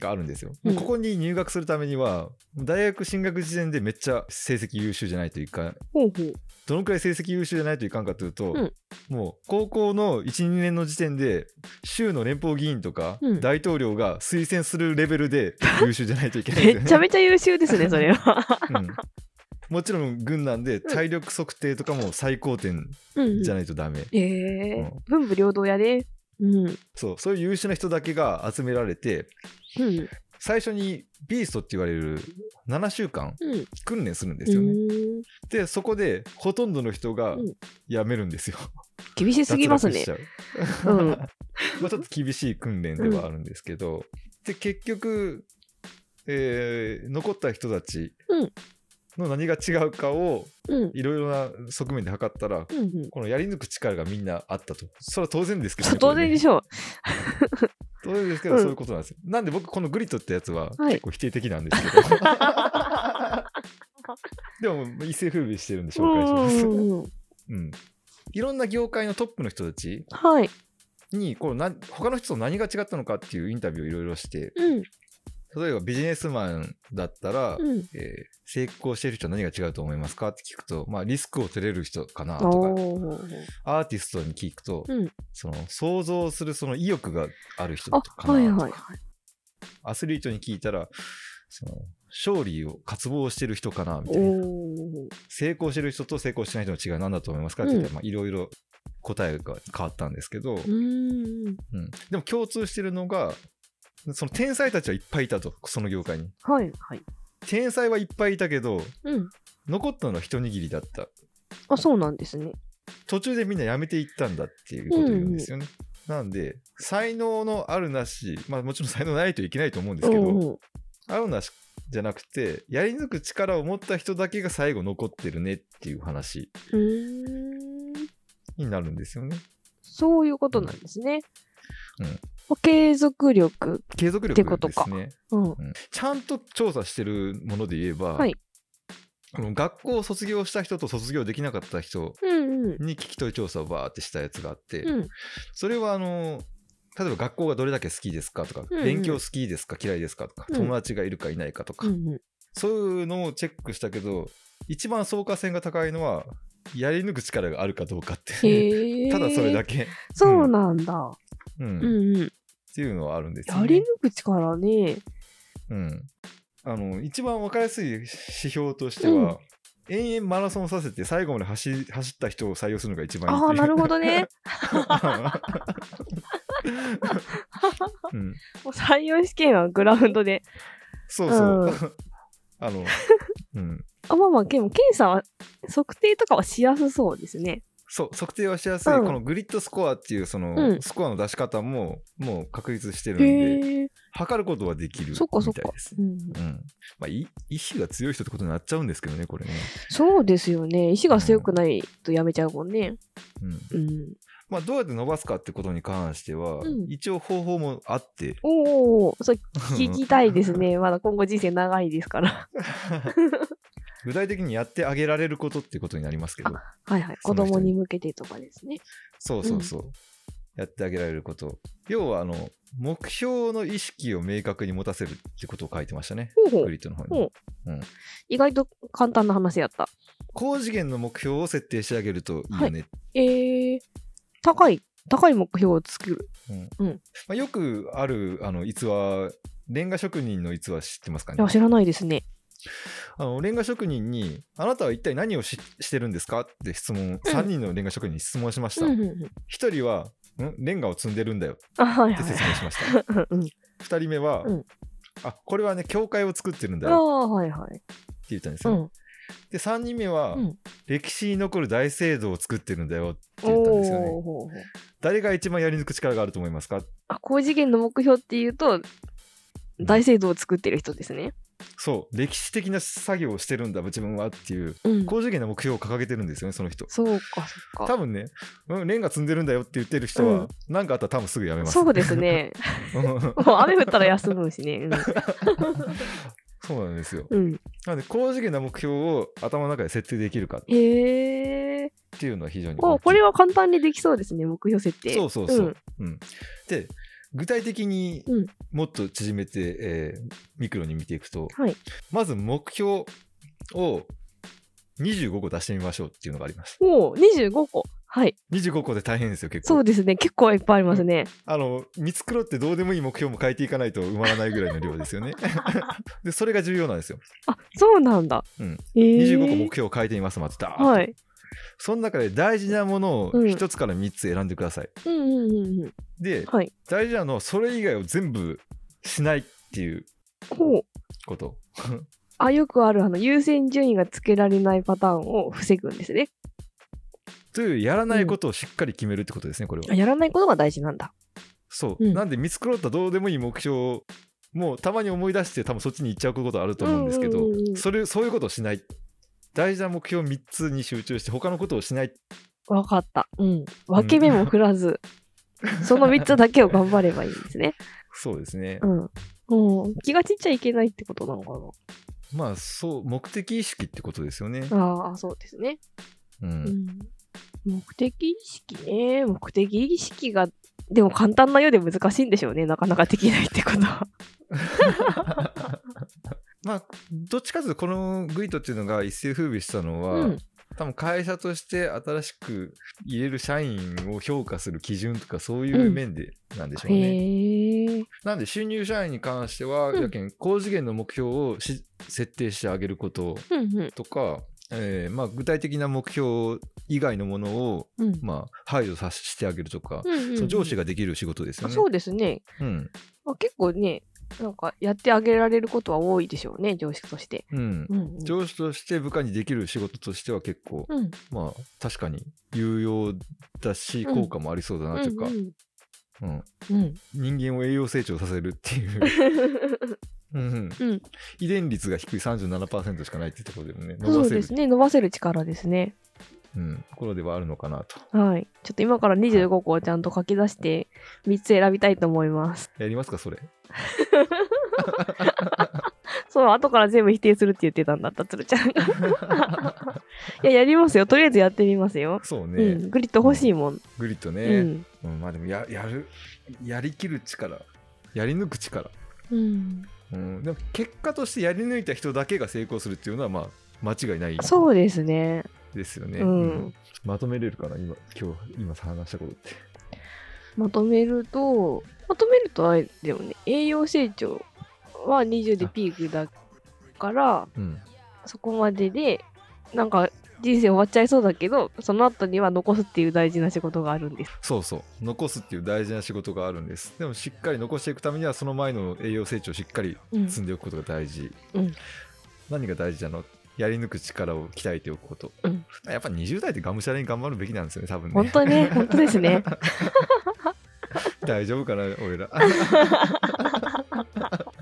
[SPEAKER 2] があるんですよ。
[SPEAKER 1] うん
[SPEAKER 2] ここに入学するためには、大学進学時点でめっちゃ成績優秀じゃないといかん、
[SPEAKER 1] ほうほ
[SPEAKER 2] (laughs)
[SPEAKER 1] う
[SPEAKER 2] どのくらい成績優秀じゃないといかんかというと、
[SPEAKER 1] うん
[SPEAKER 2] もう高校の1、2年の時点で、州の連邦議員とか
[SPEAKER 1] うん
[SPEAKER 2] 大統領が推薦するレベルで優秀じゃないといけないん
[SPEAKER 1] (laughs) め
[SPEAKER 2] ですよね
[SPEAKER 1] っちゃめちゃ優秀ですねそれ
[SPEAKER 2] (laughs)
[SPEAKER 1] は
[SPEAKER 2] うんもちろん軍なんで体力測定とかも最高点
[SPEAKER 1] うん
[SPEAKER 2] じゃないとダメ、
[SPEAKER 1] ええー
[SPEAKER 2] うん
[SPEAKER 1] 文武両道やでうん
[SPEAKER 2] そうそういう優秀な人だけが集められて
[SPEAKER 1] うん
[SPEAKER 2] 最初にビーストって言われる7週間
[SPEAKER 1] うん
[SPEAKER 2] 訓練するんで
[SPEAKER 1] う
[SPEAKER 2] すよね、
[SPEAKER 1] ーん
[SPEAKER 2] でそこでほとんどの人が
[SPEAKER 1] うん
[SPEAKER 2] 辞めるんですよ、
[SPEAKER 1] 厳 (laughs) しすぎます
[SPEAKER 2] 脱落し
[SPEAKER 1] ね
[SPEAKER 2] ちゃう
[SPEAKER 1] うん
[SPEAKER 2] まあちょっと厳しい訓練ではあるんですけど、で結局、えー残った人たち
[SPEAKER 1] うん
[SPEAKER 2] の何が違うかを
[SPEAKER 1] うん
[SPEAKER 2] いろいろな側面で測ったら
[SPEAKER 1] うんうん
[SPEAKER 2] このやり抜く力がみんなあったと。それは当然ですけど、
[SPEAKER 1] そう当然で
[SPEAKER 2] ょ。
[SPEAKER 1] しょう。
[SPEAKER 2] 当然ですけど、
[SPEAKER 1] うん
[SPEAKER 2] そういうことなんですよ。なんで僕、このグリッドってやつは
[SPEAKER 1] はい
[SPEAKER 2] 結構否定的なんですけど。 (laughs) でも、一世風靡してるんで紹介します。
[SPEAKER 1] う
[SPEAKER 2] うん
[SPEAKER 1] うんうん
[SPEAKER 2] ん。いろんな業界のトップの人たち
[SPEAKER 1] はい。
[SPEAKER 2] にこうな他の人と何が違ったのかっていうインタビューをいろいろして
[SPEAKER 1] うん。
[SPEAKER 2] 例えばビジネスマンだったら、
[SPEAKER 1] うん。
[SPEAKER 2] えー成功してる人は何が違うと思いますかって聞くと、まあ、リスクを取れる人かなとか
[SPEAKER 1] おー
[SPEAKER 2] アーティストに聞くと、
[SPEAKER 1] うん
[SPEAKER 2] その想像するその意欲がある人
[SPEAKER 1] あ
[SPEAKER 2] と、か
[SPEAKER 1] はい
[SPEAKER 2] なと
[SPEAKER 1] はいはい
[SPEAKER 2] か。アスリートに聞いたらその勝利を渇望してる人かなみたいな
[SPEAKER 1] おー
[SPEAKER 2] 成功してる人と成功してない人の違いは何だと思いますかって言ったらまあいろいろ答えが変わったんですけど、
[SPEAKER 1] うーん。
[SPEAKER 2] うんでも共通してるのがその天才たちはいっぱいいたとその業界に
[SPEAKER 1] はいはい。
[SPEAKER 2] 天才はいっぱいいたけど
[SPEAKER 1] うん。
[SPEAKER 2] 残ったのは一握りだった
[SPEAKER 1] あ、そうなんですね。
[SPEAKER 2] 途中でみんな辞めていったんだっていうことを言うんですよね。なんで才能のあるなし、まあ、もちろん才能ないといけないと思うんですけど、
[SPEAKER 1] うんうん
[SPEAKER 2] あるなしじゃなくてやり抜く力を持った人だけが最後残ってるねっていう話
[SPEAKER 1] うーん。
[SPEAKER 2] になるんですよね。
[SPEAKER 1] そういうことなんですね。
[SPEAKER 2] うん
[SPEAKER 1] 継続力。
[SPEAKER 2] 継続
[SPEAKER 1] って
[SPEAKER 2] 力
[SPEAKER 1] こと
[SPEAKER 2] で
[SPEAKER 1] か
[SPEAKER 2] すね。
[SPEAKER 1] うん。
[SPEAKER 2] ちゃんと調査してるもので言えば、
[SPEAKER 1] はい
[SPEAKER 2] この学校を卒業した人と卒業できなかった人
[SPEAKER 1] うんうん。
[SPEAKER 2] に聞き取り調査をバーってしたやつがあって、
[SPEAKER 1] うん。
[SPEAKER 2] それはあの例えば学校がどれだけ好きですかとか、
[SPEAKER 1] うんうん
[SPEAKER 2] 勉強好きですか嫌いですかとか、
[SPEAKER 1] うん
[SPEAKER 2] 友達がいるかいないかとか、
[SPEAKER 1] うんうん。
[SPEAKER 2] そういうのをチェックしたけど一番相関性が高いのはやり抜く力があるかどうかってい
[SPEAKER 1] へ
[SPEAKER 2] う、
[SPEAKER 1] え。
[SPEAKER 2] ただそれだけ、
[SPEAKER 1] そうなんだ。
[SPEAKER 2] うん
[SPEAKER 1] うんうん。
[SPEAKER 2] っていうのはあるんですよ
[SPEAKER 1] や
[SPEAKER 2] ね
[SPEAKER 1] り抜く力ね。
[SPEAKER 2] うん、あの一番分かりやすい指標としては、延々マラソンさせて最後まで走走った人を採用するのが一番いい
[SPEAKER 1] ああ、なるほ
[SPEAKER 2] ど、
[SPEAKER 1] どね。
[SPEAKER 2] (laughs) うん、
[SPEAKER 1] もう採用試験はグラウンドで。
[SPEAKER 2] そうそう、
[SPEAKER 1] うん
[SPEAKER 2] あの、うん、
[SPEAKER 1] あ、まあまあ、でも検査は、測定とかはしやすそうですね。
[SPEAKER 2] そう測定はしやすい、
[SPEAKER 1] うん
[SPEAKER 2] このグリッドスコアっていうその、
[SPEAKER 1] うん
[SPEAKER 2] スコアの出し方ももう確立してるんで
[SPEAKER 1] へえ。
[SPEAKER 2] 測ることはできるみた
[SPEAKER 1] そっかそっ
[SPEAKER 2] い
[SPEAKER 1] か
[SPEAKER 2] です。
[SPEAKER 1] うん。
[SPEAKER 2] うんまあ、い意志が強い人ってことになっちゃうんですけどね、これね。
[SPEAKER 1] そうですよね。石が強くないとやめちゃうもんね。
[SPEAKER 2] うん
[SPEAKER 1] うん。
[SPEAKER 2] まあ、どうやって伸ばすかってことに関しては、
[SPEAKER 1] うん
[SPEAKER 2] 一応方法もあって、
[SPEAKER 1] おーおー、それ聞きたいですね。まだ今後人生長いですから。
[SPEAKER 2] (laughs) 具体的にやってあげられることってことになりますけど、
[SPEAKER 1] はいはい。
[SPEAKER 2] そ
[SPEAKER 1] 子
[SPEAKER 2] の人に
[SPEAKER 1] 供に向けてとかですね。
[SPEAKER 2] そうそうそう、やってあげられること。要は、あの、目標の意識を明確に持たせるってことを書いてましたね。
[SPEAKER 1] ほうほ
[SPEAKER 2] グ
[SPEAKER 1] う。
[SPEAKER 2] リッドの方
[SPEAKER 1] ほ
[SPEAKER 2] に
[SPEAKER 1] う。意外と簡単な話やった。
[SPEAKER 2] 高次元の目標を設定してあげるといいよね。
[SPEAKER 1] えー、高い、高い目標を作る。
[SPEAKER 2] まあ、よくあるあの逸話レンガ職人の逸話知ってますかね
[SPEAKER 1] あ知らないですね。
[SPEAKER 2] あのレンガ職人に「あなたは一体何をししてるんですか?」って質問3人のレンガ職人に質問しました、
[SPEAKER 1] うんうんうん
[SPEAKER 2] 1人はん「レンガを積んでるんだよ」っ
[SPEAKER 1] あはい
[SPEAKER 2] て
[SPEAKER 1] はい。
[SPEAKER 2] 説明し
[SPEAKER 1] (laughs)
[SPEAKER 2] ました
[SPEAKER 1] うんうん
[SPEAKER 2] 2人目は「
[SPEAKER 1] うん
[SPEAKER 2] あこれはね教会を作ってるんだ
[SPEAKER 1] あ
[SPEAKER 2] よ」
[SPEAKER 1] あはいはい。
[SPEAKER 2] って言ったんです
[SPEAKER 1] う
[SPEAKER 2] よ、
[SPEAKER 1] ん。
[SPEAKER 2] で3人目は、
[SPEAKER 1] うん
[SPEAKER 2] 歴史に残る大聖堂を作ってるんだよ」って言ったん
[SPEAKER 1] お
[SPEAKER 2] ですよね
[SPEAKER 1] おほうほう。
[SPEAKER 2] 誰が一番やり抜く力があると思いますか
[SPEAKER 1] あ高次元の目標っていうと大聖堂を作ってる人ですね。
[SPEAKER 2] そう歴史的な作業をしてるんだ自分はっていう
[SPEAKER 1] うん。
[SPEAKER 2] 高次元の目標を掲げてるんですよねその人
[SPEAKER 1] そうかそっ
[SPEAKER 2] 多分ね、うん、レンガ積んでるんだよって言ってる人
[SPEAKER 1] う
[SPEAKER 2] は
[SPEAKER 1] ん
[SPEAKER 2] 何、かあったら多分すぐやめ
[SPEAKER 1] か。
[SPEAKER 2] ます
[SPEAKER 1] そうです (laughs) ね。
[SPEAKER 2] (laughs) うん
[SPEAKER 1] もう雨降ったら休むしね。
[SPEAKER 2] そうなんですよ
[SPEAKER 1] うん。 (laughs) うん、
[SPEAKER 2] なので高次元な目標を頭の中で設定できるかっ
[SPEAKER 1] へえ。
[SPEAKER 2] ていうのは非常に大
[SPEAKER 1] お
[SPEAKER 2] きい
[SPEAKER 1] これは簡単にできそうですね目標設定。
[SPEAKER 2] そうそうそう、うん
[SPEAKER 1] ん
[SPEAKER 2] で具体的に
[SPEAKER 1] うん
[SPEAKER 2] もっと縮めて、えーミクロに見ていくと
[SPEAKER 1] はい。
[SPEAKER 2] まず目標を25個出してみましょうっていうのがあります
[SPEAKER 1] おお25個。はい。
[SPEAKER 2] 25個で大変ですよ結
[SPEAKER 1] そ
[SPEAKER 2] 構
[SPEAKER 1] うですね。結構いっぱいありますね。
[SPEAKER 2] あの見繕ってどうでもいい目標も変えていかないと埋まらないぐらいの量です
[SPEAKER 1] (laughs)
[SPEAKER 2] よねでそれが重要なんですよ
[SPEAKER 1] あそうなんだ。
[SPEAKER 2] うん
[SPEAKER 1] えー、
[SPEAKER 2] 25個目標を変えています、まずだーっと
[SPEAKER 1] はい。
[SPEAKER 2] その中で大事なものを
[SPEAKER 1] うん
[SPEAKER 2] 1つから3つ選んでください。
[SPEAKER 1] うんうんうんうん。
[SPEAKER 2] で、
[SPEAKER 1] はい。
[SPEAKER 2] 大事なのはそれ以外を全部しないっていう
[SPEAKER 1] ほう。
[SPEAKER 2] こと。
[SPEAKER 1] あ、よくある、あの、優先順位がつけられないパターンを防ぐんですね。
[SPEAKER 2] という、やらないことをしっかり決めるってことですね、これは。
[SPEAKER 1] あやらないことが大事なんだ。
[SPEAKER 2] そう。
[SPEAKER 1] うん
[SPEAKER 2] なんで、見繕ったどうでもいい目標を、もうたまに思い出して、多分そっちに行っちゃうことあると思うんですけど、
[SPEAKER 1] うんうんうん
[SPEAKER 2] それそういうことをしない。大事な目標3つに集中して、他のことをしない。
[SPEAKER 1] わかった。うん。分け目も振らず、その3つだけを頑張ればいいんですね。
[SPEAKER 2] そうですね。
[SPEAKER 1] (laughs) うん。うん、気が散っちゃいけないってことなのか
[SPEAKER 2] まあ、そう、目的意識ってことですよね。
[SPEAKER 1] な。ああー、そうですね。
[SPEAKER 2] うん
[SPEAKER 1] うん。目的意識ね。目的意識が、でも簡単なようで難しいんでしょうね。なかなかできないってことは。
[SPEAKER 2] まあ、どっちかというとこのグイトっていうのが一世風靡したのは、
[SPEAKER 1] うん
[SPEAKER 2] 多分会社として新しく入れる社員を評価する基準とかそういう面でなんでしょうね。
[SPEAKER 1] へえ。
[SPEAKER 2] なんで新入社員に関しては、
[SPEAKER 1] うん
[SPEAKER 2] やけん高次元の目標をし設定してあげること
[SPEAKER 1] うんうん
[SPEAKER 2] とか、えーまあ、具体的な目標以外のものを、
[SPEAKER 1] うん。
[SPEAKER 2] まあ、排除させてあげるとか、
[SPEAKER 1] うんうんうん
[SPEAKER 2] その上司ができる仕事ですよ
[SPEAKER 1] あ
[SPEAKER 2] ね。
[SPEAKER 1] そうですね。
[SPEAKER 2] うん
[SPEAKER 1] まあ、結構ね、なんかやってあげられることは多いでしょうね、上司として。
[SPEAKER 2] うん
[SPEAKER 1] うん、うん。
[SPEAKER 2] 上司として部下にできる仕事としては結構
[SPEAKER 1] うん。
[SPEAKER 2] まあ確かに有用だし
[SPEAKER 1] うん
[SPEAKER 2] 効果もありそうだなというか、うん
[SPEAKER 1] んうん。
[SPEAKER 2] 人間を栄養成長させるっていう、
[SPEAKER 1] (laughs)
[SPEAKER 2] うん
[SPEAKER 1] うん
[SPEAKER 2] 遺伝率が低い37%しかないっていうところでもね伸
[SPEAKER 1] そ
[SPEAKER 2] ば
[SPEAKER 1] う
[SPEAKER 2] せる
[SPEAKER 1] ですね、伸ばせる力ですね。
[SPEAKER 2] うん、ところではあるのかなと
[SPEAKER 1] はい。ちょっと今から25個をちゃんと書き出して、3つ選びたいと思います。
[SPEAKER 2] やりますかそれ
[SPEAKER 1] そう、後から全部否定するって言ってたんだった、つるち
[SPEAKER 2] (laughs)
[SPEAKER 1] ゃんが。いや、やりますよ。とりあえずやってみますよ。
[SPEAKER 2] そうね、
[SPEAKER 1] うん。グリッド欲しいもん。
[SPEAKER 2] グリッドね、
[SPEAKER 1] う
[SPEAKER 2] うん
[SPEAKER 1] ん。
[SPEAKER 2] まあでもややるやりきる力やり抜く力、
[SPEAKER 1] うん。
[SPEAKER 2] うん、でも結果としてやり抜いた人だけが成功するっていうのはまあ間違いない
[SPEAKER 1] そうですね。
[SPEAKER 2] ですよね、
[SPEAKER 1] うん
[SPEAKER 2] まとめれるかな今今日今話したことって
[SPEAKER 1] まとめると、まとめるとあれだよね、栄養成長は20でピークだから、
[SPEAKER 2] うん
[SPEAKER 1] そこまでで、なんか人生終わっちゃいそうだけど、その後には残すっていう大事な仕事があるんです。
[SPEAKER 2] そうそう残すっていう大事な仕事があるんですでもしっかり残していくためにはその前の栄養成長をしっかり
[SPEAKER 1] うん
[SPEAKER 2] 積んでおくことが大事、
[SPEAKER 1] うん
[SPEAKER 2] 何が大事なのやり抜く力を鍛えておくこと、
[SPEAKER 1] うん
[SPEAKER 2] やっぱ20代でがむしゃらに頑張るべきなんですよね多分
[SPEAKER 1] 本
[SPEAKER 2] ね
[SPEAKER 1] 当にね、本当です
[SPEAKER 2] (laughs)
[SPEAKER 1] ね。
[SPEAKER 2] 大丈夫かな
[SPEAKER 1] (laughs)
[SPEAKER 2] 俺ら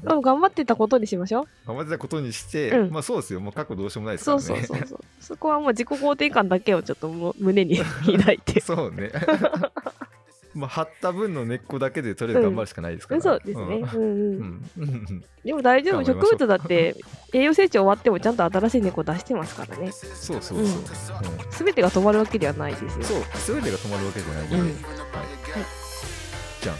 [SPEAKER 1] でも頑張ってたことにしましょう。
[SPEAKER 2] 頑張ってたことにして、
[SPEAKER 1] うん
[SPEAKER 2] まあそうですよもう過去どうしようもないですか
[SPEAKER 1] そ
[SPEAKER 2] ら
[SPEAKER 1] う
[SPEAKER 2] ね
[SPEAKER 1] そうそうそう。そこはもう自己肯定感だけをちょっともう胸に (laughs) 抱いて。
[SPEAKER 2] (laughs) そ
[SPEAKER 1] (laughs)
[SPEAKER 2] うねまあ張った分の根っこだけでとりあえず頑張るしかないですから、
[SPEAKER 1] そうですね。うん
[SPEAKER 2] う
[SPEAKER 1] うんん。
[SPEAKER 2] うん
[SPEAKER 1] でも大丈夫、
[SPEAKER 2] 頑張
[SPEAKER 1] 植
[SPEAKER 2] りましょう
[SPEAKER 1] 物だって栄養成長終わってもちゃんと新しい猫出してますからね。
[SPEAKER 2] そうそうそう、うん
[SPEAKER 1] うん全てが止まるわけではないですよ。
[SPEAKER 2] そう全てが止まるわけじゃないので、
[SPEAKER 1] うん
[SPEAKER 2] はいじゃん